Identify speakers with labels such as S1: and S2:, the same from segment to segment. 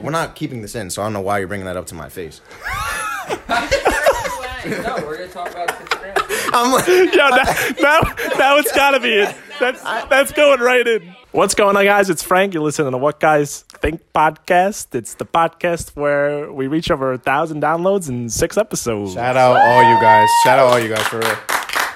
S1: We're not keeping this in, so I don't know why you're bringing that up to my face.
S2: no, we're gonna talk about Instagram.
S1: I'm like,
S3: Yeah, that, that, now it's gotta be in. That's, that's going right in. What's going on, guys? It's Frank. You're listening to What Guys Think podcast. It's the podcast where we reach over a thousand downloads in six episodes.
S4: Shout out all you guys. Shout out all you guys for real.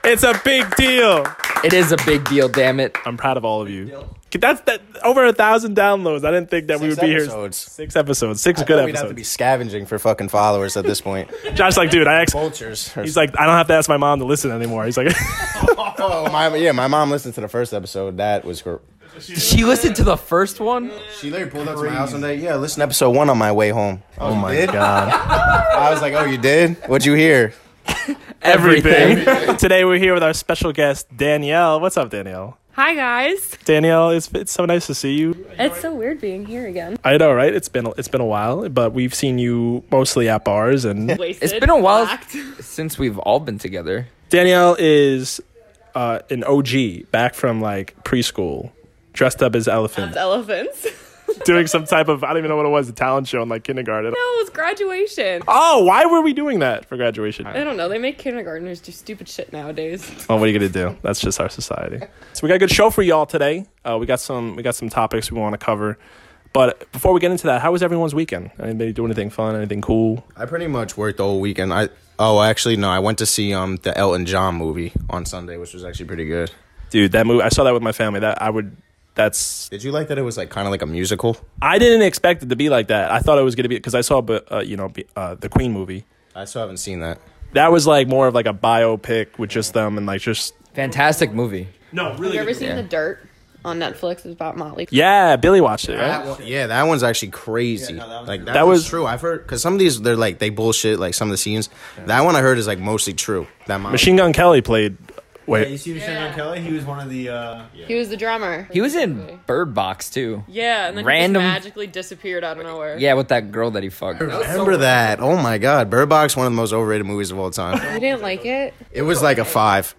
S3: It's a big deal.
S2: It is a big deal, damn it.
S3: I'm proud of all of you. That's that over a thousand downloads. I didn't think that we would
S4: Six
S3: be here.
S4: episodes.
S3: Six episodes, six
S1: I
S3: good
S1: thought we'd have to be
S3: episodes.
S1: scavenging for fucking followers at this point.
S3: Josh's like, dude, I ex-
S4: Vultures.
S3: he's like, I don't have to ask my mom to listen anymore. He's like,
S1: oh my, yeah, my mom listened to the first episode. That was her.
S2: She listened to the first one.
S4: She literally pulled up
S1: To my house one day. Yeah, listen to episode one on my way home.
S4: Oh my god.
S1: I was like, oh, you did? What'd you hear?
S2: Everything.
S3: Today we're here with our special guest Danielle. What's up, Danielle?
S5: Hi guys.
S3: Danielle, it's it's so nice to see you.
S5: It's so weird being here again.
S3: I know, right? It's been it's been a while, but we've seen you mostly at bars. And
S5: Wasted.
S2: It's been a while
S5: blacked.
S2: since we've all been together.
S3: Danielle is uh, an OG back from like preschool, dressed up as elephant,
S5: Elephants. no,
S3: doing some type of I don't even know what it was, a talent show in like kindergarten.
S5: it was graduation.
S3: Oh, why were we doing that for graduation?
S5: I don't know. They make kindergartners do stupid shit nowadays.
S3: Well, what are you gonna do? That's just our society. So we got a good show for y'all today. Uh, we got some we got some topics we want to cover. But before we get into that, how was everyone's weekend? Anybody do anything fun? Anything cool?
S1: I pretty much worked the whole weekend. I oh, actually no, I went to see um the Elton John movie on Sunday, which was actually pretty good.
S3: Dude, that movie I saw that with my family. That I would. That's
S1: Did you like that it was like kind of like a musical?
S3: I didn't expect it to be like that. I thought it was gonna be because I saw, but uh, you know, be- uh, the Queen movie.
S1: I still haven't seen that.
S3: That was like more of like a biopic with just them and like just
S2: Fantastic movie.
S3: no
S5: Have
S3: really.
S5: you ever seen The Dirt on Netflix? It's about Motley.
S3: yeah, Billy watched it. Right?
S1: That one, yeah, that one's actually crazy. like that,
S3: That
S1: was,
S3: was-
S1: true. I've heard because some of these they're like they bullshit like some of the scenes. That one I heard is like mostly true. That Molly-
S3: Machine Gun Kelly played.
S6: Yeah, you
S3: Wait,
S6: see Machine Gun Kelly? He was one of the. Uh,
S5: He was the drummer.
S2: He was in Bird Box too.
S5: Yeah, and then
S2: Random-
S5: he just magically disappeared out of nowhere.
S2: Yeah, with that girl that he fucked.
S1: Remember that? Oh my god, Bird Box, one of the most overrated movies of all time.
S5: You didn't like it?
S1: it was like a five.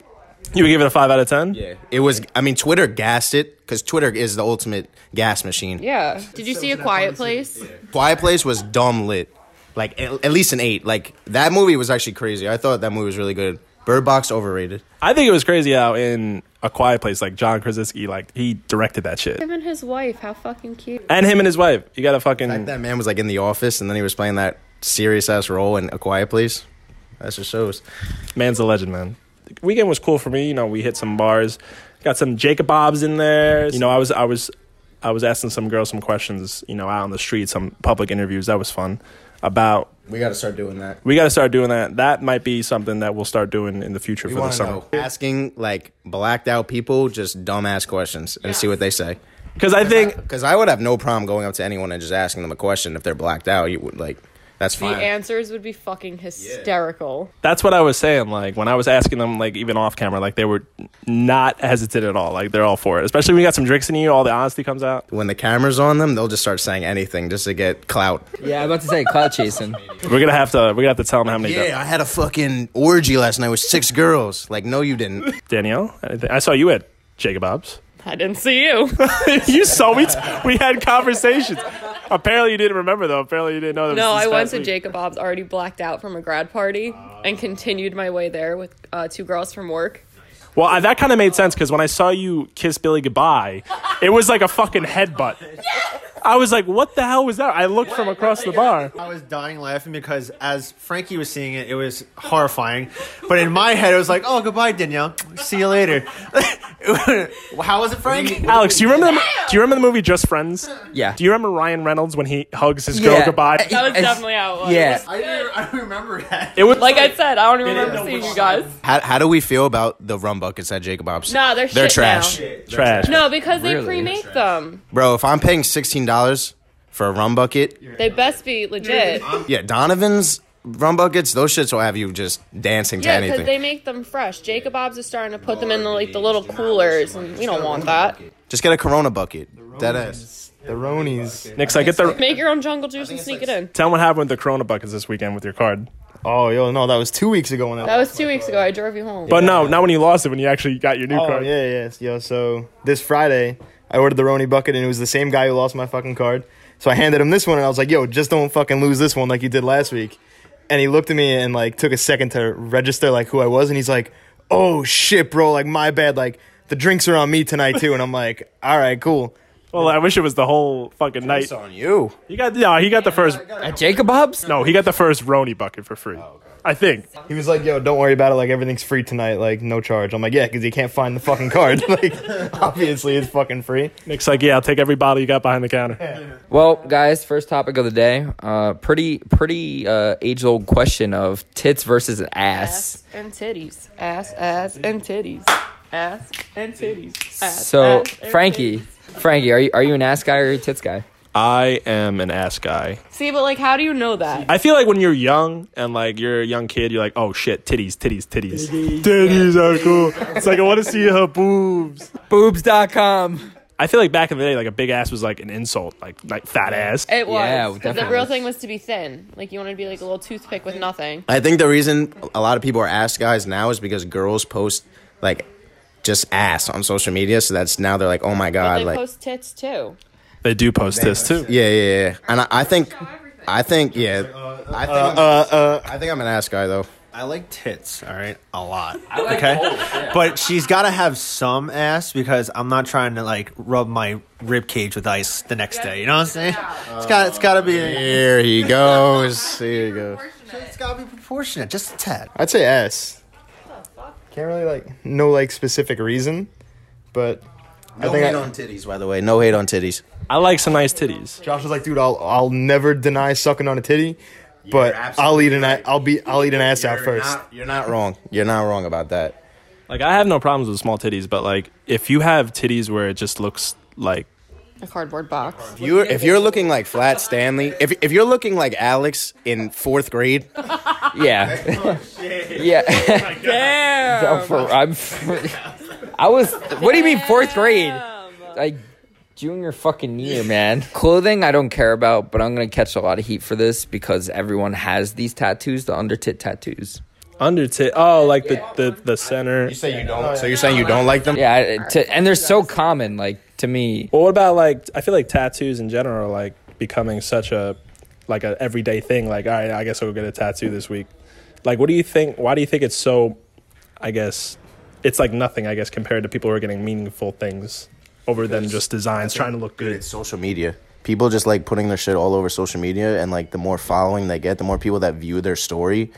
S3: you would give it a five out of ten.
S1: Yeah, it was. I mean, Twitter gassed it because Twitter is the ultimate gas machine.
S5: Yeah. Did you see A Quiet Place?
S1: Quiet Place was dumb lit. Like at, at least an eight. Like that movie was actually crazy. I thought that movie was really good. Bird Box overrated.
S3: I think it was crazy how in A Quiet Place, like John Krasinski, like he directed that shit.
S5: Him and his wife. How fucking cute.
S3: And him and his wife. You gotta
S1: Like
S3: fucking.
S1: that man was like in the office, and then he was playing that serious ass role in A Quiet Place. That's just shows.
S3: Man's a legend, man. The weekend was cool for me. You know, we hit some bars, got some Jacob Bobs in there. You know, I was, I was, I was asking some girls some questions. You know, out on the street, some public interviews. That was fun. About
S1: We got to start doing that.
S3: we got to start doing that. That might be something that we'll start doing in the future
S1: We
S3: for the
S1: want to
S3: summer.
S1: know asking like blacked out people just dumbass questions and see what they say.
S3: Because I think
S1: Because I would have no problem going up to anyone and just asking them a question if they're blacked out. You would like that's
S5: The
S1: fine.
S5: answers would be fucking hysterical.
S3: that's what I was saying. Like when I was asking them, like even off camera, like they were not hesitant at all. Like they're all for it. Especially when you got some drinks in you, all the honesty comes out.
S1: when the camera's on them, they'll just start saying anything just to get clout.
S2: Yeah, I'm about to say cloud chasing.
S3: We're gonna have to. We're gonna have to tell them how many.
S1: Yeah, I had a fucking orgy last night with six girls. Like, no, you didn't.
S3: Danielle, anything? I saw you at Jacob Bob's.
S5: I didn't see you.
S3: you saw we t- we had conversations. Apparently, you didn't remember though. Apparently, you didn't know that.
S5: No,
S3: was this
S5: I went
S3: past
S5: to
S3: week.
S5: Jacob Bob's already blacked out from a grad party and continued my way there with uh, two girls from work.
S3: Well, I, that kind of made sense because when I saw you kiss Billy goodbye, it was like a fucking headbutt. I was like, "What the hell was that?" I looked from across the bar.
S6: I was dying laughing because as Frankie was seeing it, it was horrifying. But in my head, it was like, oh, goodbye, Danielle. See you later. How was it, Frankie?
S3: Alex, do you remember? The, do you remember the movie Just Friends?
S2: Yeah.
S3: Do you remember Ryan Reynolds when he hugs his girl goodbye?
S5: That was definitely how it was.
S2: Yeah.
S6: I don't, I don't remember that.
S3: It was
S5: Like I said, I don't even
S3: didn't know
S5: remember seeing
S3: which
S5: you guys.
S1: How, how do we feel about the rum buckets at Jacob Bob's?
S5: Nah, they're
S1: they're
S5: shit
S1: trash,
S5: now.
S3: trash.
S5: No, because they
S2: Really?
S5: pre-make them.
S1: bro. If I'm paying sixteen dollars for a rum bucket,
S5: They best be legit.
S1: yeah, Donovan's rum buckets, those shits will have you just dancing to
S5: Yeah, because
S1: anything.
S5: they make them fresh. Jacob Bob's is starting to put them in the, like the little coolers, and we don't want that.
S1: just get a Corona bucket. That ass.
S4: The Ronies.
S3: Nick's like, get the.
S5: Make your own jungle juice and sneak it in.
S3: Tell him what happened with the Corona buckets this weekend with your card.
S4: Oh, yo, no, that was two weeks ago when
S5: That was two weeks ago. I drove you home.
S3: But no, not when you lost it. When you actually got your new
S4: Oh,
S3: card.
S4: yeah, yeah, yo. So this Friday, I ordered the Roni bucket, and it was the same guy who lost my fucking card. So I handed him this one, and I was like, "Yo, just don't fucking lose this one like you did last week." And he looked at me and like took a second to register like who I was, and he's like, "Oh shit, bro! Like my bad. Like the drinks are on me tonight too." And I'm like, "All right, cool."
S3: Well, I wish it was the whole fucking night.
S1: on you.
S3: He got no, he got the first.
S2: At Uh, Jacob Hobbs?
S3: No, he got the first Roni bucket for free. I think.
S4: He was like, "Yo, don't worry about it. Like everything's free tonight. Like no charge." I'm like, "Yeah, because you can't find the fucking card. like obviously it's fucking free."
S3: Nick's like, yeah, I'll take every bottle you got behind the counter.
S2: Well, guys, first topic of the day. Uh, pretty, pretty uh, age-old question of tits versus ass.
S5: Ass and titties. Ass, ass, and titties. Ass and titties. Ass,
S2: So,
S5: ass, and
S2: Frankie,
S5: titties.
S2: Frankie, are you are you an ass guy or are you a tits guy?
S3: I am an ass guy.
S5: See, but like, how do you know that?
S3: I feel like when you're young and like you're a young kid, you're like, oh shit, titties, titties, titties. Titties are cool. It's like I want to see her boobs.
S2: Boobs.com.
S3: I feel like back in the day, like a big ass was like an insult, like like fat ass.
S5: It was.
S2: Yeah,
S5: the
S2: definitely.
S5: real thing was to be thin. Like you wanted to be like a little toothpick with nothing.
S1: I think the reason a lot of people are ass guys now is because girls post like just ass on social media, so that's now they're like, oh my
S5: But
S1: god,
S5: they
S1: like
S5: post tits too.
S3: They do post this too.
S1: yeah, yeah, yeah. And I, I think, I think, yeah, I think, I'm, I think I'm an ass guy though.
S6: I like tits, all right, a lot. okay, but she's got to have some ass because I'm not trying to like rub my rib cage with ice the next day. You know what I'm saying? It's got it's got to be
S1: Here he goes. Here he goes.
S6: it's got to be proportionate, just a tad.
S4: I'd say S. Can't really like no like specific reason, but I think I,
S1: titties, by the way. No hate on titties.
S3: I like some nice titties.
S4: Josh was like, dude, I'll I'll never deny sucking on a titty, but I'll
S1: absolutely
S4: eat an a- I'll be I'll eat an ass out
S1: You're
S4: first.
S1: not- you're not wrong. You're not wrong about that.
S3: Like I have no problems with small titties, but like if you have titties where it just looks like
S5: A cardboard box.
S1: If you're if you're looking like Flat Stanley, if if you're looking like Alex in fourth grade,
S2: Yeah. yeah.
S5: Damn.
S2: I'm for, I'm for, I was. What do you mean fourth grade? Like junior fucking year, man. Clothing, I don't care about, but I'm gonna catch a lot of heat for this because everyone has these tattoos, the under tit tattoos.
S3: under tit. Oh, like the, the the center.
S1: you say you don't. So you're saying you don't like them?
S2: Yeah, I- to, and they're so common. Like to me,
S3: Well, what about like I feel like tattoos in general are like becoming such a like a everyday thing. Like, all right, I guess I'll go get a tattoo this week. Like, what do you think? Why do you think it's so? I guess it's like nothing. I guess compared to people who are getting meaningful things over than just designs trying to look good.
S1: It's social media. People just like putting their shit all over social media, and like the more following they get, the more people that view their story,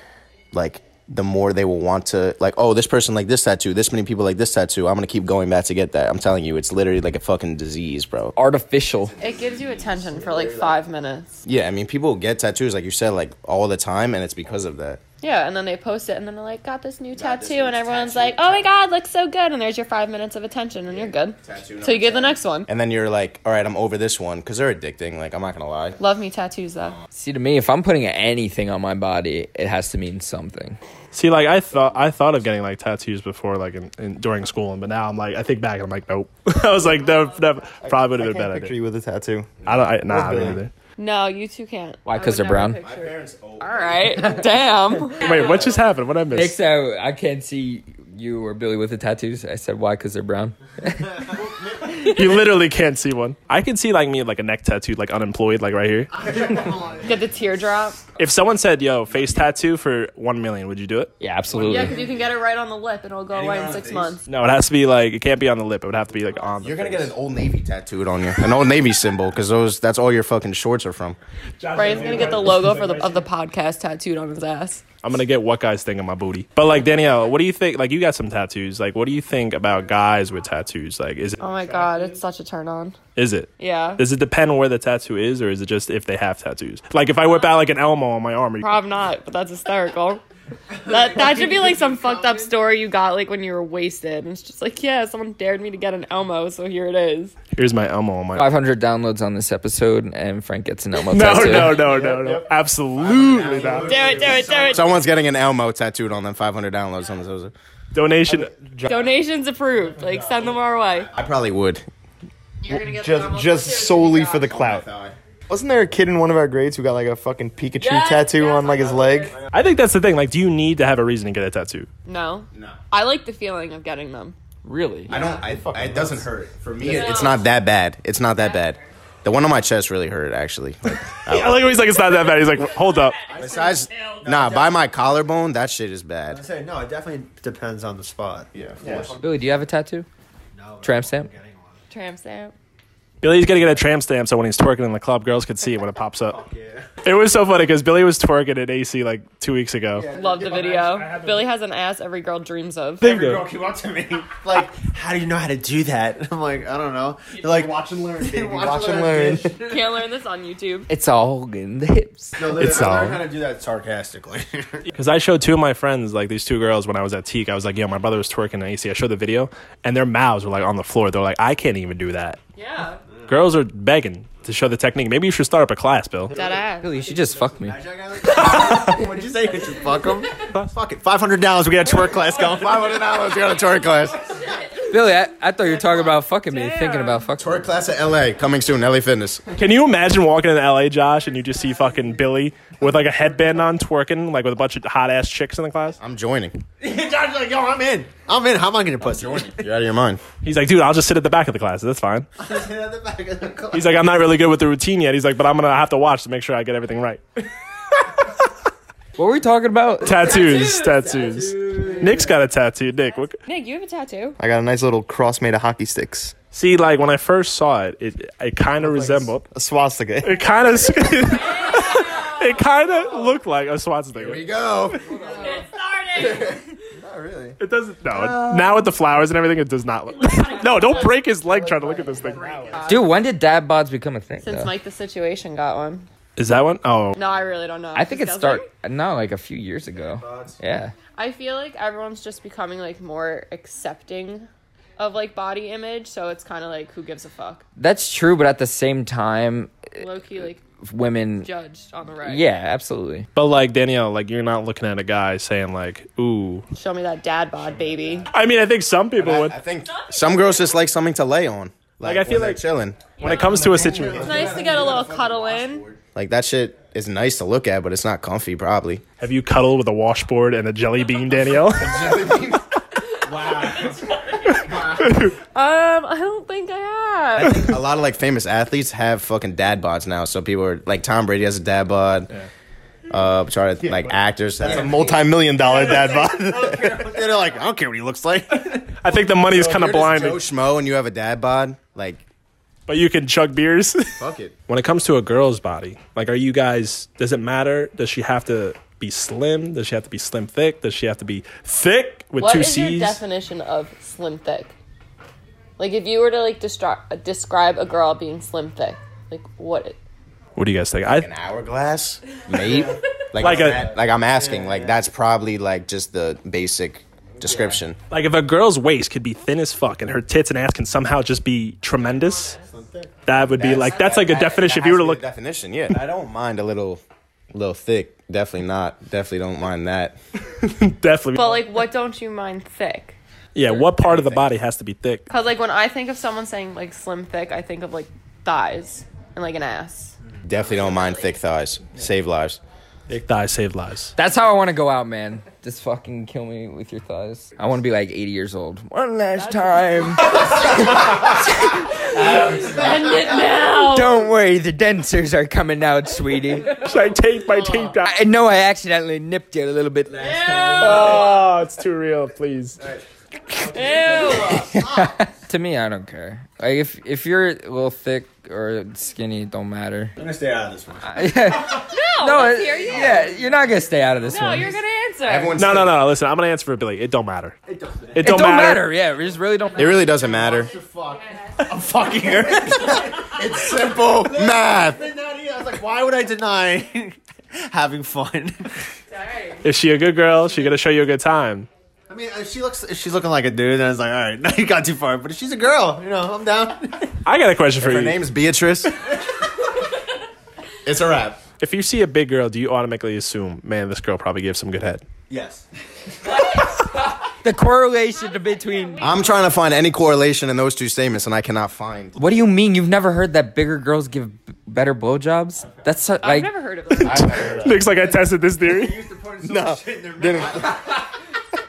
S1: like the more they will want to like oh this person like this tattoo this many people like this tattoo i'm gonna keep going back to get that i'm telling you it's literally like a fucking disease bro
S2: artificial.
S5: It gives you attention for like five minutes.
S1: yeah i mean people get tattoos like you said like all the time and it's because of that
S5: Yeah, and then they post it, and then they're like, "Got this new tattoo," and everyone's like, "Oh my god, looks so good!" And there's your five minutes of attention, and you're good.
S1: Tattoo
S5: So
S1: number
S5: you get the next one.
S1: and then you're like all right i'm over this one because they're addicting like i'm not gonna lie
S5: Love me tattoos though.
S2: See, to me, if I'm putting anything on my body, it has to mean something.
S3: See, like I thought I thought of getting like tattoos before, like in, in during school, but now I'm like I think back and I'm like nope. I was like never, never probably would have been a
S4: I can't
S3: bad
S4: picture
S3: idea.
S4: you with a tattoo.
S3: I don't. I, nah, I
S4: Billy.
S3: don't either.
S5: No, you two can't.
S2: Why,
S5: I
S2: 'cause
S5: would
S2: they're
S5: never
S2: brown?
S5: picture it. All right. Damn.
S3: Wait, what just happened? What I
S2: Nick
S3: missed?
S2: said, I can't see you or Billy with the tattoos. I said, why? Because they're brown.
S3: You literally can't see one. I can see like me like a neck tattoo, like unemployed, like right here.
S5: Get the teardrop.
S3: If someone said, "Yo, face tattoo for one million, would you do it?"
S2: Yeah,
S5: Yeah,
S2: absolutely.
S5: because you can get it right on the lip, and it'll go away in six months.
S3: No, it has to be like it can't be on the lip. It would have to be like on. The
S1: you're gonna get an old navy tattooed on you an old navy symbol because those that's all your fucking shorts are from
S5: Brian's gonna get the logo for the of the podcast tattooed on his ass.
S3: I'm gonna get what guys think of my booty. But like Danielle, what do you think? Like you got some tattoos. Like what do you think about guys with tattoos? Like is it
S5: Oh my god, it's such a turn on.
S3: is it?
S5: Yeah.
S3: Does it depend on where the tattoo is, or is it just if they have tattoos? Like if I whip out like an Elmo on my arm, are you-
S5: Probably not, but that's hysterical. That that should be like some fucked up story you got like when you were wasted, and it's just like, yeah, someone dared me to get an Elmo, so here it is.
S3: here's my Elmo on my.
S2: 500 downloads on this episode, and Frank gets an Elmo
S3: No,
S2: tattoo.
S3: no, no, no, no! Absolutely not.
S5: Do it, do it, do it.
S1: someone's getting an elmo tattooed on them 500 downloads on those
S3: Donation.
S5: Donations approved. Like send them our way.
S1: i probably would
S5: You're gonna get
S4: Just just solely for the clout. Wasn't there a kid in one of our grades who got like a fucking Pikachu
S5: Yes,
S4: tattoo
S5: yes,
S4: on like his leg?
S3: I think that's the thing. Like, do you need to have a reason to get a tattoo?
S5: No. No. I like the feeling of getting them.
S2: Really?
S1: I don't. I, I it doesn't hurt for me. It's not that bad. It's not that bad. The one on my chest really hurt, actually. Like,
S3: I like how he's like, it's not that bad. He's like, hold up.
S1: besides, nah, by my collarbone, that shit is bad.
S6: say no. It definitely depends on the spot. Yeah.
S2: Billy, do you have a tattoo?
S6: No,
S2: Tramp stamp?
S5: Tramp stamp.
S3: Billy's gonna get a tramp stamp so when he's twerking in the club, girls could see it when it pops up. It was so funny because Billy was twerking at AC like two weeks ago.
S5: Love the video. Billy has an ass every girl dreams of.
S6: Girl came up to me like, "How do you know how to do that?" I'm like, "I don't know." They're like, "Watch and learn, baby. Watch, and learn."
S5: Can't learn this on YouTube.
S2: It's all in the hips.
S6: No,
S1: It's
S6: I learned
S1: all-
S6: how to do that sarcastically.
S3: Because I showed two of my friends, like these two girls, when I was at Teak. I was like, yo, my brother was twerking at AC. I showed the video, and their mouths were like on the floor. They're like, I can't even do that.
S5: Yeah.
S3: Girls are begging to show the technique. Maybe you should start up a class, Bill.
S5: That ass.
S2: Billy, you should just fuck me.
S6: What'd you say? Could you fuck him? Fuck it. Five hundred dollars. We got a twerk class going. Five hundred
S1: Let's
S6: dollars.
S1: go to twerk class.
S2: Billy, I, I thought you were talking about fucking me, thinking about fucking
S1: Twerk class at LA coming soon. LA Fitness.
S3: Can you imagine walking in LA, Josh, and you just see fucking Billy with like a headband on twerking, like with a bunch of hot ass chicks in the class?
S1: I'm joining.
S6: John's like, "Yo, I'm in. I'm in. How am I gonna pussy?"
S1: You're out of your mind.
S3: He's like, dude, I'll just sit at the back of the class. That's fine.
S6: He's
S3: He's like, I'm not really good with the routine yet. He's like, but I'm gonna have to watch to make sure I get everything right.
S2: What were we talking about?
S3: Tattoos, tattoos. Nick's got a tattoo. Nick, what,
S5: Nick, you have a tattoo.
S4: I got a nice little cross made of hockey sticks.
S3: see, like when I first saw it, it it kind of resembled.
S4: A swastika.
S3: It kind of. It kind of looked like a swastika.
S1: you go.
S3: It doesn't. No, it- now with the flowers and everything, it does not look. no, don't break his leg trying to look at this thing.
S2: Dude, when did dad bods become a thing?
S5: Since
S2: though?
S5: Mike the Situation got one.
S3: Is that one? Oh,
S5: No, I really don't know.
S2: I think it
S5: Disgusting.
S2: started, no, like a few years ago. Yeah.
S5: I feel like everyone's just becoming like more accepting of like body image, so it's kind of like who gives a fuck.
S2: That's true, but at the same time,
S5: Low key like
S2: women.
S5: judged on the right.
S2: Yeah, absolutely.
S3: but like Danielle, like you're not looking at a guy saying like, "Ooh."
S5: Show me that dad bod, baby.
S3: I mean, I think some people
S1: I,
S3: would.
S1: I think some girls just like something to lay on. Like,
S3: I feel
S1: when they're
S3: like-
S1: chilling.
S3: When it comes to a situation,
S5: It's nice to get a little cuddle in.
S1: Like that shit is nice to look at, but it's not comfy. Probably.
S3: have you cuddled with a washboard and a jelly bean, Danielle?
S5: Um, I don't think I have.
S1: a lot of like famous athletes have fucking dad bods now. So people are like Tom Brady has a dad bod. Uh, try to like actors.
S4: A multi million dollar dad bod.
S6: They're like, "I don't care what he looks like."
S3: I think the money is kind of
S1: You're just Joe Schmo
S3: blinding,
S1: and you have a dad bod. Like
S3: but you can chug beers.
S1: fuck it.
S3: when it comes to a girl's body, like, are you guys? Does it matter? Does she have to be slim? Does she have to be slim thick? Does she have to be thick with
S5: What
S3: two
S5: is
S3: C's?
S5: your definition of slim thick? Like, if you were to like destri- describe a girl being slim thick, like what? It-
S3: what do you guys think? I,
S1: An hourglass, mate. Like
S3: Like
S1: I'm
S3: a-
S1: at- like I'm asking. like that's probably like just the basic description.
S3: like, if a girl's waist could be thin as fuck and her tits and ass can somehow just be tremendous, that would be like that's like a
S1: That-
S3: definition.
S1: that
S3: if you
S1: has
S3: were to
S1: be
S3: look,
S1: the definition, yeah, I don't mind a little, little thick. Definitely not. Definitely don't mind that.
S3: definitely,
S5: but like, what don't you mind thick?
S3: yeah. What part of the body has to be thick?
S5: Cause like when I think of someone saying like slim thick, I think of like thighs and like an ass.
S1: Definitely don't mind thick thighs. Save lives.
S3: Thick thighs save lives.
S2: That's how I want to go out, man. Just fucking kill me with your thighs. I want to be like 80 years old. One last time.
S5: End it now.
S2: Don't worry, the dentures are coming out, sweetie.
S3: Should I take my tape down?
S2: I know I accidentally nipped it a little bit last time.
S3: Oh, it's too real. Please.
S5: Ew.
S2: To me, I don't care. Like if if you're a little thick or skinny, it don't matter.
S6: I'm gonna stay out of this one.
S5: No.
S2: No,
S5: let's
S2: it-
S5: hear you.
S2: yeah, you're not gonna stay out of this
S5: No,
S2: one.
S5: you're gonna answer.
S1: Everyone's
S3: No, no, no, no. Listen, I'm gonna answer for Billy. It don't matter. It don't matter.
S2: it don't matter. Yeah, we just really don't.
S1: It really doesn't matter.
S6: I'm fucking her.
S1: It's simple math.
S6: I was like, why would I deny having fun?
S3: Is she a good girl? She gonna show you a good time.
S6: I mean, if she looks, if she's looking like a dude, then it's like, all right, now you got too far. But if she's a girl, you know, I'm down.
S3: I got a question for
S1: Her
S3: you.
S1: name's Beatrice. it's a wrap.
S3: if you see a big girl, do you automatically assume, man, this girl probably gives some good head?
S6: Yes.
S2: The correlation between.
S1: I'm trying to find any correlation in those two statements, and I cannot find.
S2: What do you mean? You've never heard that bigger girls give b- better blowjobs? That's so,
S5: I've
S2: like
S5: never heard of that.
S3: Looks like I tested this theory.
S1: No,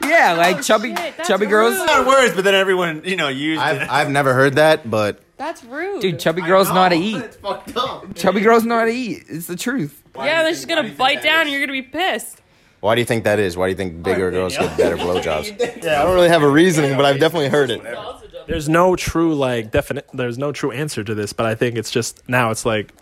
S2: yeah, like chubby
S5: shit, that's
S2: chubby girls.
S5: Oh, rude.
S6: Not words, but then everyone, you know, used
S1: I've,
S6: it.
S1: I've never heard that, but
S5: That's rude.
S2: Dude, chubby girls know how to eat.
S6: It's fucked up.
S2: Chubby girls know how to eat. It's the truth.
S5: yeah, they're just gonna bite down. and You're gonna be pissed.
S1: Why do you think that is? Why do you think bigger girls get better blowjobs?
S4: Yeah, I don't really have a reasoning, but I've definitely heard it.
S3: There's no true like definite. There's no true answer to this, but I think it's just now it's like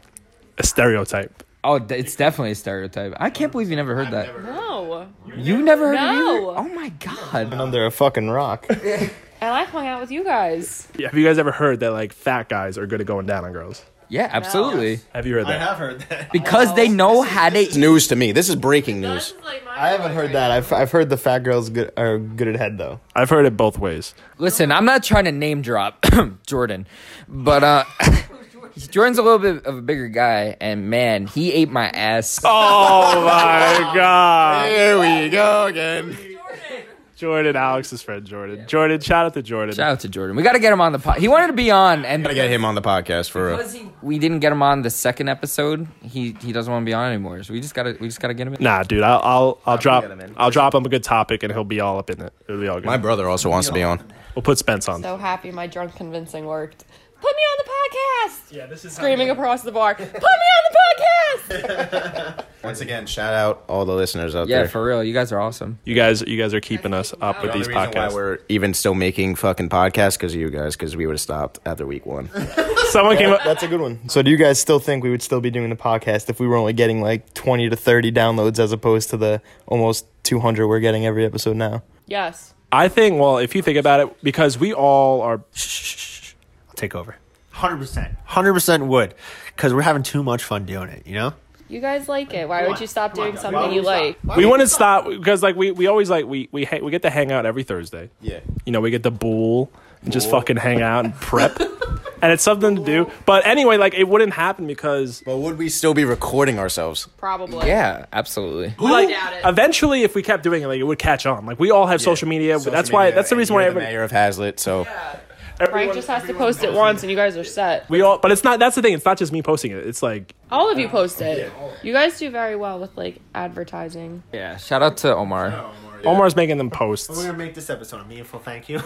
S3: a stereotype.
S2: Oh, d- it's definitely a stereotype. I can't believe you never heard that.
S5: No,
S2: you never heard
S5: No.
S2: it either? Oh my god.
S4: Under a fucking rock.
S5: and I hung out with you guys.
S3: Yeah, have you guys ever heard that like fat guys are good at going down on girls?
S2: Yeah, absolutely.
S3: Have you heard that?
S6: heard that.
S2: Because they know how to e-,
S1: It's news to me. This is breaking news.
S4: I haven't heard that. I've, I've heard the fat girls good, are good at head though.
S3: I've heard it both ways.
S2: Listen, I'm not trying to name drop Jordan, but uh Jordan's a little bit of a bigger guy, and man, he ate my ass.
S3: Oh my god,
S1: Here we go again.
S3: Jordan, Alex's friend Jordan. Jordan, shout out to Jordan.
S2: Shout out to Jordan. We got to get him on the pod. He wanted to be on, and
S1: Gotta get him on the podcast for real.
S2: we didn't get him on the second episode. He he doesn't want to be on anymore. So we just gotta we just gotta get him. in.
S3: Nah, dude, I'll I'll, I'll drop
S1: get him in.
S3: I'll drop him a good topic and he'll be all up in it. It'll be all good.
S1: My brother also wants to be on.
S3: we'll put Spence on.
S5: So happy my drunk convincing worked. Put me on the podcast.
S3: yeah, this is
S5: Screaming across the bar. Put me on the podcast.
S1: Once again, shout out all the listeners out
S2: Yeah,
S1: there.
S2: for real. You guys are awesome.
S3: You guys, you guys are keeping us up with these
S1: The reason why
S3: podcasts.
S1: we're even still making fucking podcasts because of you guys because we would have stopped after week one.
S3: Someone came up.
S4: That's a good one. So do you guys still think we would still be doing the podcast if we were only getting like 20 to 30 downloads as opposed to the almost 200 we're getting every episode now?
S5: Yes.
S3: I think. Well, if you think about it, because we all are.
S6: I'll take over. Hundred percent. Hundred percent would, because we're having too much fun doing it. You know.
S5: You guys like it. Why would you stop doing something you like?
S3: We want to stop because, like, we, we always like we we ha- we get to hang out every Thursday.
S1: Yeah.
S3: You know, we get to bool and just fucking hang out and prep, and it's something to do. But anyway, like, it wouldn't happen because
S1: But would we still be recording ourselves?
S5: Probably.
S2: Yeah, absolutely.
S3: like,
S5: doubt it.
S3: eventually, if we kept doing it, like, it would catch on. Like, we all have social media. but
S1: Social
S3: that's why.
S1: media,
S3: That's the
S1: and
S3: reason why
S1: you're the
S3: every-
S1: mayor of Hazlitt. So
S5: Frank
S3: everyone.
S5: just has to post it once, and you guys are set.
S3: We all, but it's not. That's the thing. It's not just me posting it. It's like
S5: All of you post it. You guys do very well with like advertising.
S2: Yeah. Shout out to Omar.
S3: Omar's making them posts.
S6: We're gonna make this episode a meaningful thank you.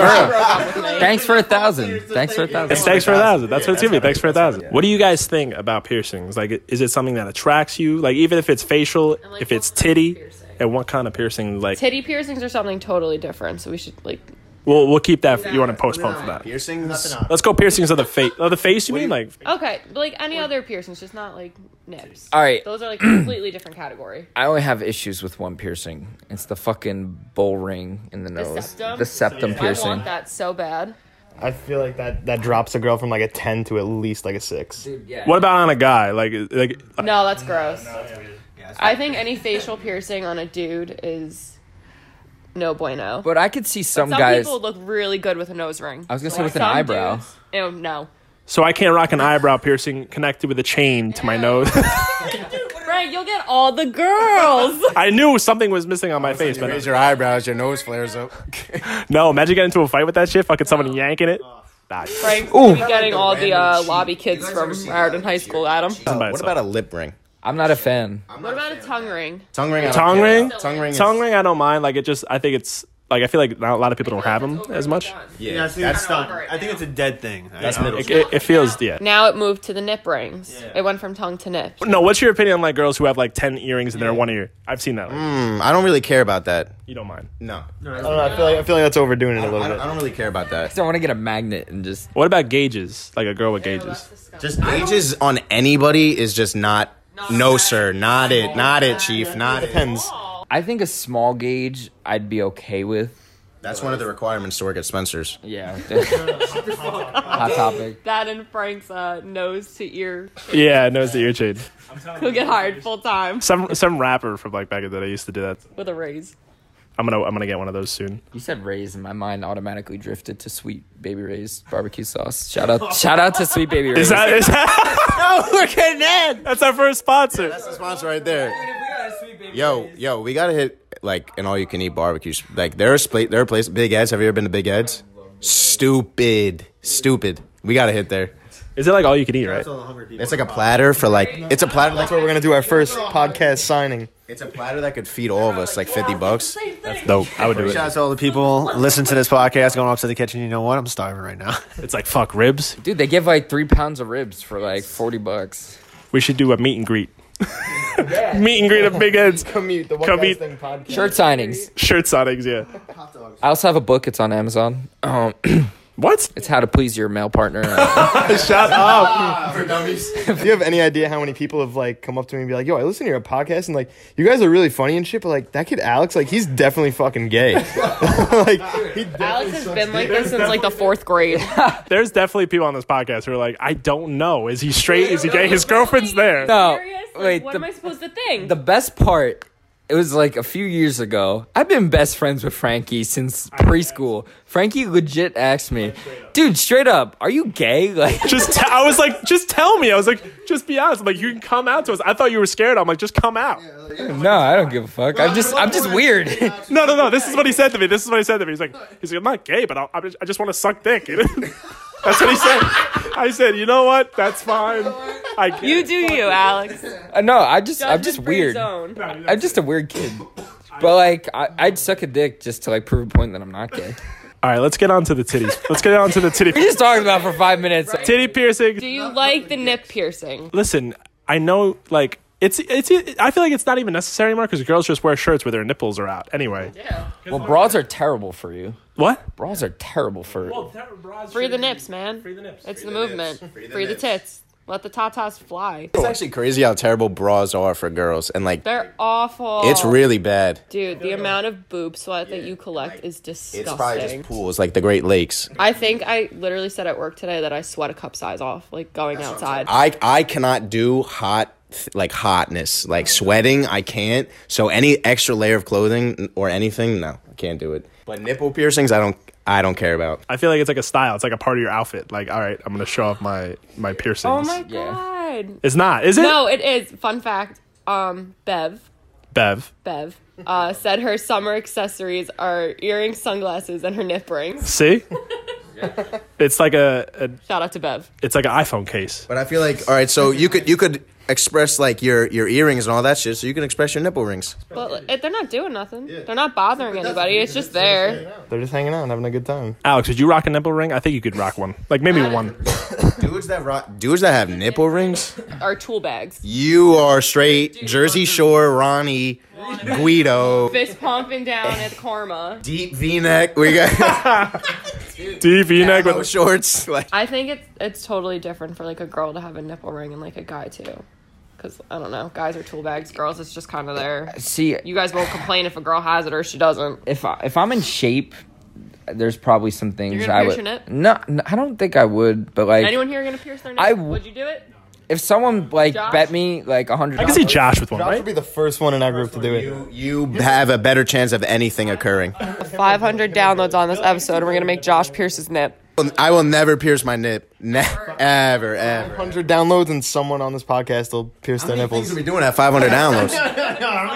S2: Thanks for a thousand. Thanks for a
S3: It's
S2: thousand.
S3: thanks for a thousand. That's what it's gonna be. Thanks for a thousand. What do you guys think about piercings? Like, is it something that attracts you? Like, even if it's facial,
S5: like,
S3: if it's
S5: what kind of
S3: titty,
S5: piercing?
S3: and what kind of piercing? Like,
S5: Titty piercings are something totally different, so we should like.
S3: we'll we'll keep that. You want to postpone for that?
S1: piercings.
S3: Let's go piercings of the face. Of the face, you mean? Like,
S5: Okay, but, like any other piercings, just not like nips.
S2: All right.
S5: Those are like completely different category.
S2: I only have issues with one piercing. It's the fucking bull ring in the nose.
S5: septum?
S2: The septum
S5: I
S2: piercing.
S5: want that so bad.
S4: I feel like that, that drops a girl from like a 10 to at least like a 6.
S3: what about on a guy? Like, like
S2: Uh,
S5: No, that's gross. I think any facial piercing on a dude is no bueno.
S2: But I could see some,
S5: Some
S2: guys.
S5: people look really good with a nose ring.
S2: I was gonna say with an
S5: Some
S2: eyebrow.
S5: dudes- Oh no,
S3: so I can't rock an eyebrow piercing connected with a chain to my nose.
S5: Frank, you'll get all the girls.
S3: I knew something was missing on my face, but
S1: Raise your eyebrows, your nose flares up.
S3: no. Imagine getting into a fight with that shit. Fucking someone yanking it. Nah,
S5: Frank's be getting all the uh, lobby kids from Ireland High School. Adam,
S3: by
S1: What
S3: itself.
S1: about a lip ring?
S2: I'm not a fan.
S5: what about a tongue ring?
S1: Tongue ring. I don't
S3: Tongue
S1: care.
S3: ring?
S1: Tongue ring. is-
S3: tongue ring? I don't mind. Like, it just. I think it's like I feel like not a lot of people don't have them as much.
S1: Yeah.
S6: Yeah, I think that's
S5: Kinda
S6: done.
S5: over it
S6: I think
S5: now.
S6: it's a dead thing.
S1: That's
S6: I know.
S1: middle
S3: It, it, it feels yeah.
S5: Now it moved to the nip rings. It went from tongue to nip.
S3: No, what's your opinion on like girls who have like ten earrings in their one ear? I've seen that. Like,
S1: I don't really care about that.
S3: You don't mind.
S1: No.
S4: I don't know. I feel like, I feel like that's overdoing it a
S1: I
S4: little
S1: don't, I
S4: bit.
S1: don't really care about that.
S2: I want to get a magnet and just.
S3: What about gauges? Like a girl with gauges.
S1: Just ages on anybody is just not. No, sir. Not it. Not it, chief. Not it.
S4: Depends.
S2: I think a small gauge I'd be okay with.
S1: That's one of the requirements to work at Spencer's.
S2: Yeah. Hot topic.
S5: That and Frank's uh, nose to ear
S3: Yeah, nose to ear chain.
S5: could get hired full time
S3: Some some rapper from like back in the day used to do that.
S5: with a raise.
S3: I'm gonna I'm gonna get one of those soon.
S2: You said Ray's, and my mind automatically drifted to Sweet Baby Ray's barbecue sauce. Shout out, shout out to Sweet Baby Ray's.
S3: Is that is that?
S2: oh, we're getting in.
S3: That's our first sponsor.
S1: That's the sponsor right there. Yo, yo, we gotta hit like an all-you-can-eat barbecue. Like there are spla- there are places. Big Ed's. Have you ever been to Big Ed's? Stupid, stupid. We gotta hit there.
S3: Is it like all you can eat? Right?
S1: It's like a platter for like. It's a platter. Like
S4: That's where we're going to do our first podcast signing.
S1: It's a platter that could feed all of us like fifty bucks.
S5: That's
S3: Dope. I would do
S6: Shout out
S3: it.
S6: to all the people listen to this podcast, going up to the kitchen. You know what? I'm starving right now.
S3: It's like fuck ribs.
S2: Dude, they give like three pounds of ribs for like forty bucks.
S3: We should do a meet and greet. meet and greet of big heads.
S4: Commute the one
S3: Come
S4: Guys
S3: eat-
S4: thing podcast.
S2: Shirt signings.
S3: Shirts on eggs, yeah.
S2: I also have a book. It's on Amazon. Um,
S3: What?
S2: it's how to please your male partner.
S3: Shut up.
S4: Do you have any idea how many people have like come up to me and be like, "Yo, I listen to your podcast and like you guys are really funny and shit," but like that kid Alex, like he's definitely fucking gay. like he
S5: Alex has been like this since like the fourth grade.
S3: There's definitely people on this podcast who are like, I don't know. Is he straight? Is he gay? His girlfriend's there.
S2: No,
S5: Serious? Like,
S2: wait,
S5: What
S2: the-
S5: am I supposed to think?
S2: the best part it was like a few years ago i've been best friends with frankie since preschool frankie legit asked me dude straight up are you gay like
S3: Just, t- I was like, just tell me. I was like, just be honest. I'm like, you can come out to us. I thought you were scared. I'm like, just come out.
S2: no i don't give a fuck i'm just i'm just weird
S3: No, no, no. This is what he said to me. This is what he said to me. He's like, he's like, I'm not gay, but I'll, I just, I just want to suck dick. That's what he said. I said, you know what? That's fine. I get
S5: you
S3: it."
S5: do you, Alex.
S2: Uh, no i just i'm just
S5: Judgment-free
S2: weird
S5: zone.
S2: i'm just a weird kid but like I, i'd suck a dick just to like prove a point that i'm not gay
S3: All right, let's get on to the titties. Let's get on to the
S2: we
S3: titty.
S2: just talked about for five minutes
S3: Titty piercing.
S5: Do you like the nip piercing?
S3: Listen, I know, like, it's, it's, I feel like it's not even necessary anymore because girls just wear shirts where their nipples are out. Anyway.
S2: well bras are terrible for you
S3: What?
S2: bras are terrible for
S5: Free the nips, man. Free the nips. It's the movement. Free the, tits. Let the tatas fly.
S1: It's actually crazy how terrible bras are for girls, and like
S5: They're awful.
S1: it's really bad.
S5: Dude, the amount of boob sweat that you collect is disgusting.
S1: It's probably just pools, like the Great Lakes.
S5: I think I literally said at work today that I sweat a cup size off, like going outside.
S1: I I cannot do hot th- like hotness, like sweating. I can't. So any extra layer of clothing or anything, no, I can't do it. But nipple piercings, I don't I don't care about.
S3: I feel like it's like a style. It's like a part of your outfit. Like, all right, I'm gonna show off my my piercings.
S5: oh my
S2: Yeah.
S5: god.
S3: It's not, is it?
S5: No, it is. Fun fact. Um, Bev,
S3: Bev.
S5: Bev, uh, said her summer accessories are earrings, sunglasses, and her nip rings.
S3: See. It's like a, a
S5: Shout out to Bev.
S3: it's like an iPhone case.
S1: But I feel like all right, so you could you could express like your your earrings and all that shit. So you can express your nipple rings.
S5: But it, they're not doing nothing. They're not bothering anybody. It's just there.
S4: they're just hanging out and having a good time.
S3: Alex, would you rock a nipple ring? I think you could rock one. Like maybe one.
S1: Dudes that rock, dudes that have nipple rings,
S5: Our tool bags.
S1: you are straight Jersey Shore Ronnie Guido.
S5: Fist pumping down at Karma.
S1: Deep V neck. We got
S3: Deep V neck
S1: no
S3: with
S1: shorts. Like
S5: I think it's it's totally different for like a girl to have a nipple ring and like a guy too. Cause I don't know, guys are tool bags. Girls, it's just kind of there.
S2: see
S5: You guys won't complain if a girl has it or she doesn't.
S2: if I, if I'm in shape, there's probably some things
S5: gonna
S2: I
S5: pierce
S2: would.
S5: your nip?
S2: No, no, I don't think I would. But like,
S5: Anyone here gonna pierce their nipple?
S2: I w-
S5: Would you do it?
S2: if someone like
S5: Josh?
S2: bet me like a hundred,
S3: I can see Josh with one,
S4: Josh would
S3: right?
S4: be the first one in our group to do it.
S1: you, you have a better chance of anything occurring.
S5: 500 downloads on this episode, and we're gonna make Josh pierce his nip.
S1: I will never pierce my nip. Never, ever, ever.
S4: Hundred downloads and someone on this podcast will pierce their nipples.
S1: Things we doing at 500 downloads.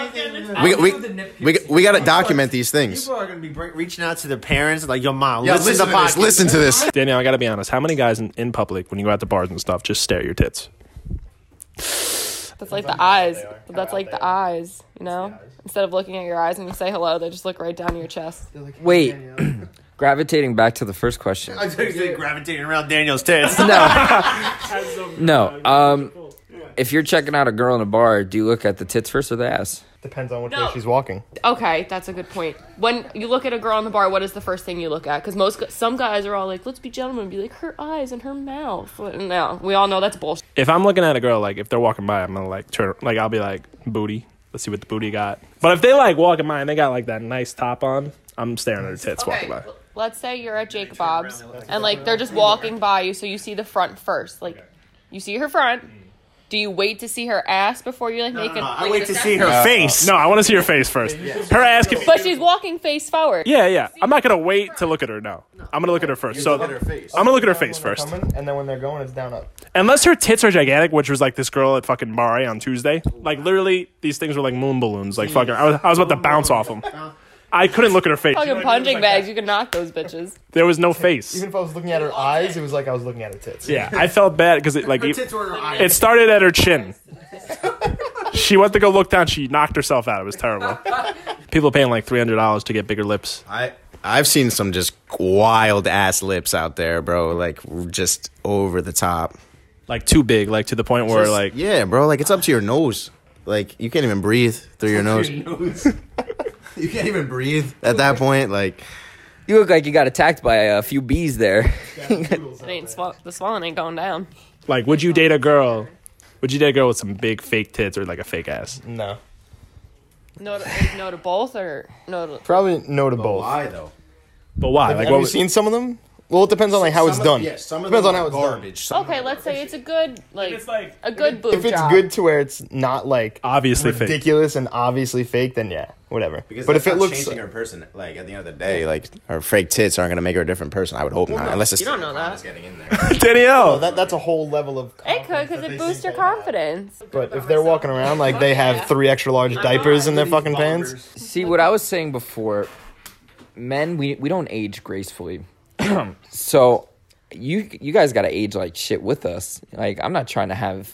S1: We we we, we gotta document these things.
S6: People are gonna be bre- reaching out to their parents, like, "Yo, mom,
S1: Yeah,
S6: listen, to the podcast."
S1: Listen to this.
S3: Danielle, I gotta be honest. How many guys in, in public when you go out to bars and stuff just stare at your tits?
S5: That's like the eyes. That's like the eyes, you know? Instead of looking at your eyes and you say hello, they just look right down your chest.
S2: wait. gravitating back to the first question.
S6: Gravitating around Daniel's tits.
S2: No, no. Um, if you're checking out a girl in a bar, do you look at the tits first or the ass?
S4: Depends on which
S5: No.
S4: way she's walking.
S5: Okay, that's a good point. When you look at a girl in the bar, what is the first thing you look at? Because most some guys are all like, "Let's be gentlemen," and be like her eyes and her mouth. No, we all know that's bullshit.
S3: If I'm looking at a girl, like if they're walking by, I'm gonna like turn like I'll be like, booty. Let's see what the booty got. But if they like walking by and they got like that nice top on, I'm staring at her tits walking by.
S5: Let's say you're at Jake Bob's and like they're just walking by you, so you see the front first. Like, you see her front. Do you wait to see her ass before you like make an?
S6: I wait to see her face.
S3: No, I want to see her face first. Her ass can.
S5: But she's walking face forward.
S3: Yeah, yeah. I'm not gonna wait to look at her. No, I'm gonna look at her first. So I'm gonna look at her face first.
S4: and then when they're going, it's down up.
S3: Unless her tits are gigantic, which was like this girl at fucking Mare on Tuesday. Like literally, these things were like moon balloons. Like fucking, I was, I was about to bounce off them. I couldn't look at her face.
S5: Fucking punching bags. You can knock those bitches.
S3: There was no face.
S4: Even if I was looking at her eyes, it was like I was looking at her tits.
S3: Yeah, I felt bad because it like it,
S6: Tits were in her eyes.
S3: it started at her chin. she went to go look down. She knocked herself out. It was terrible. People paying like three hundred dollars to get bigger lips.
S1: I I've seen some just wild ass lips out there, bro. Like just over the top.
S3: Like too big. Like to the point where like
S1: yeah, bro. Like it's up to your nose. Like you can't even breathe through your nose. you can't even breathe at that point. Like
S2: You look like you got attacked by a few bees there.
S5: It ain't swa- the swallowing ain't going down.
S3: like would you date a girl? Would you date a girl with some big fake tits or like a fake ass?
S4: No.
S5: No, to, no to both or no to.
S4: Probably no to both.
S1: though?
S3: But why?
S4: Have
S3: Like
S4: you
S3: would-
S4: seen some of them? Well, it depends on like how it's done. depends on how it's done.
S5: Okay, let's say it's a good like,
S3: it's like-
S5: a good boob
S4: If it's
S5: job.
S4: good to where it's not like
S3: obviously fake.
S4: ridiculous and obviously fake, then yeah, whatever. but if it looks,
S1: her person, like at the end of the day, like her fake tits aren't gonna make her a different person. I would hope not, unless it's
S5: You don't know that.
S1: getting in there.
S3: Danielle.
S4: Oh, that, that's a whole level of.
S5: It could because it boosts your confidence.
S4: But if they're walking around like they have three extra large diapers in their fucking pants,
S2: See what I was saying before. Men, we we don't age gracefully. so you you guys got to age like shit with us. Like I'm not trying to have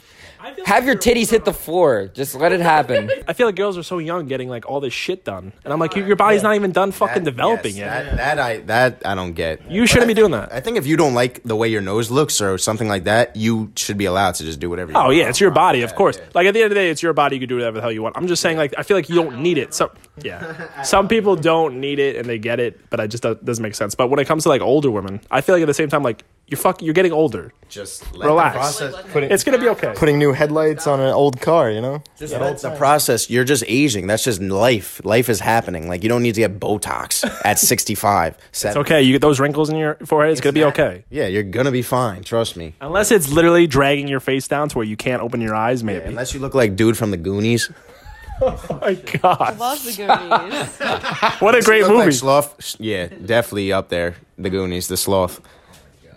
S2: have your titties hit the floor. Just let it happen.
S3: I feel like girls are so young getting like all this shit done, and I'm like, your your body's not even done fucking developing yet.
S1: That, that I that I don't get.
S3: you shouldn't be doing that.
S1: I think if you don't like the way your nose looks or something like that, you should be allowed to just do whatever. you
S3: Oh
S1: want.
S3: yeah, it's your body, of course. Like at the end of the day, it's your body. You can do whatever the hell you want. I'm just saying, like I feel like you don't need it. So yeah, some people don't need it and they get it, but I just do- doesn't make sense. But when it comes to like older women, I feel like at the same time, like you're fuck, you're getting older.
S1: Just let
S3: Relax.
S1: The process,
S3: It's gonna be okay.
S4: putting new headlights on an old car, you know.
S1: just let the process. You're just aging. That's just life. Life is happening. Like you don't need to get Botox at 65.
S3: It's okay. You get those wrinkles in your forehead. It's, gonna be okay. Oh.
S1: Yeah, you're gonna be fine. Trust me.
S3: Unless it's literally dragging your face down to where you can't open your eyes, maybe.
S1: Unless you look like dude from the Goonies.
S3: oh my god,
S5: Love the Goonies.
S3: what a great
S1: Look like
S3: movie!
S1: sloth. Yeah, definitely up there. The Goonies, the sloth.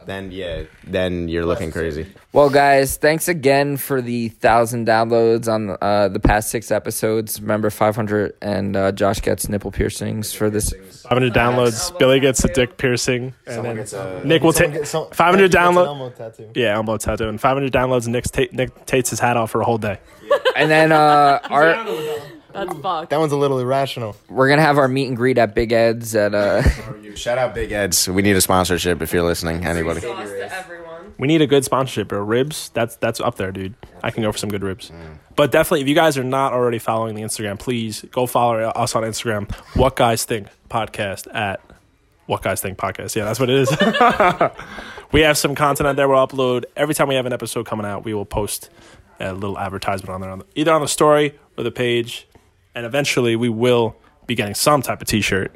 S1: Then yeah, then you're looking crazy.
S2: Well, guys, thanks again for the thousand downloads on uh, the past six episodes. Remember, five hundred and uh, Josh gets nipple piercings for this.
S3: 500 downloads. Billy gets a dick piercing, and then Nick will take
S4: Get some-
S3: 500
S4: Nicky gets an
S3: downloads.
S4: Elmo tattoo.
S3: Yeah, elbow tattoo and 500 downloads. Nick, ta- Nick takes his hat off for a whole day.
S2: And then uh, our
S5: That's fucked.
S4: That one's a little irrational.
S2: we're gonna have our meet and greet at Big Ed's at uh,
S1: Shout out Big Ed's. We need a sponsorship if you're listening. Anybody?
S5: Sauce to everyone.
S3: We need a good sponsorship, bro. Ribs, that's that's up there, dude. I can go for some good ribs. But definitely, if you guys are not already following the Instagram, please go follow us on Instagram. What guys think podcast at what guys think podcast. Yeah, that's what it is. we have some content out there. We'll upload every time we have an episode coming out. We will post a little advertisement on there, on the, either on the story or the page, and eventually we will be getting some type of T-shirt.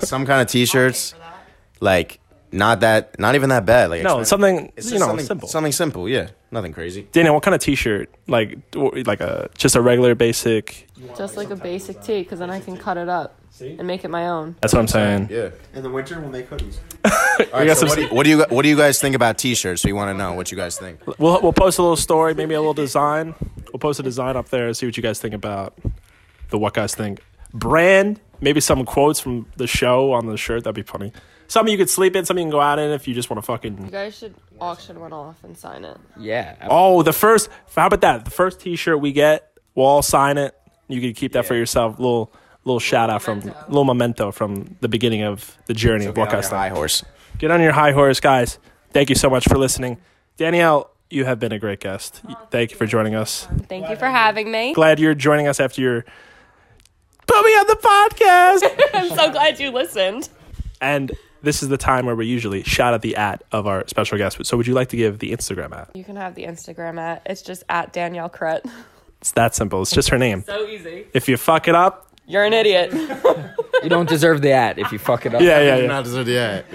S1: Some kind of t-shirts. Like not that, not even that bad. Like
S3: No,
S1: expensive.
S3: something
S1: It's just
S3: you know
S1: something,
S3: simple.
S1: Something simple. Yeah, nothing crazy.
S3: Daniel, what kind of T-shirt? Like, w- like a just a regular basic.
S5: Just like a basic tee, because then I can cut it up and make it my own.
S3: That's what I'm saying.
S1: Yeah.
S6: In the winter, we'll make hoodies.
S1: All right, so what, do you, what do you what do you guys think about t-shirts? We want to know what you guys think.
S3: We'll we'll post a little story, maybe a little design. We'll post a design up there and see what you guys think about the what guys think brand. Maybe some quotes from the show on the shirt. That'd be funny. Some you could sleep in, some you can go out in if you just want to fucking.
S5: You guys should auction one off and sign it.
S2: yeah.
S3: Oh, the first. How about that? The first T-shirt we get, we'll all sign it. You can keep that for yourself. Little little shout out from little memento from the beginning of the journey of what
S1: Get on your
S3: guys think.
S1: high horse.
S3: get on your high horse, guys. Thank you so much for listening. Danielle, you have been a great guest. Oh, Thank you for joining us.
S5: Thank you for having me.
S3: Glad you're joining us after your put me on the podcast.
S5: I'm so glad you listened.
S3: and this is the time where we usually shout at the at of our special guest. So would you like to give the Instagram at?
S5: You can have the Instagram at. It's just at Danielle Cret.
S3: It's that simple. It's just her name.
S5: So easy.
S3: If you fuck it up,
S5: You're an idiot.
S2: You don't deserve that if you fuck it up.
S3: yeah, yeah, yeah.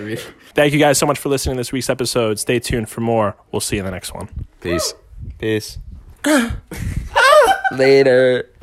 S1: yeah.
S3: Thank you guys so much for listening to this week's episode. Stay tuned for more. We'll see you in the next one.
S1: Peace.
S4: Peace.
S2: Later.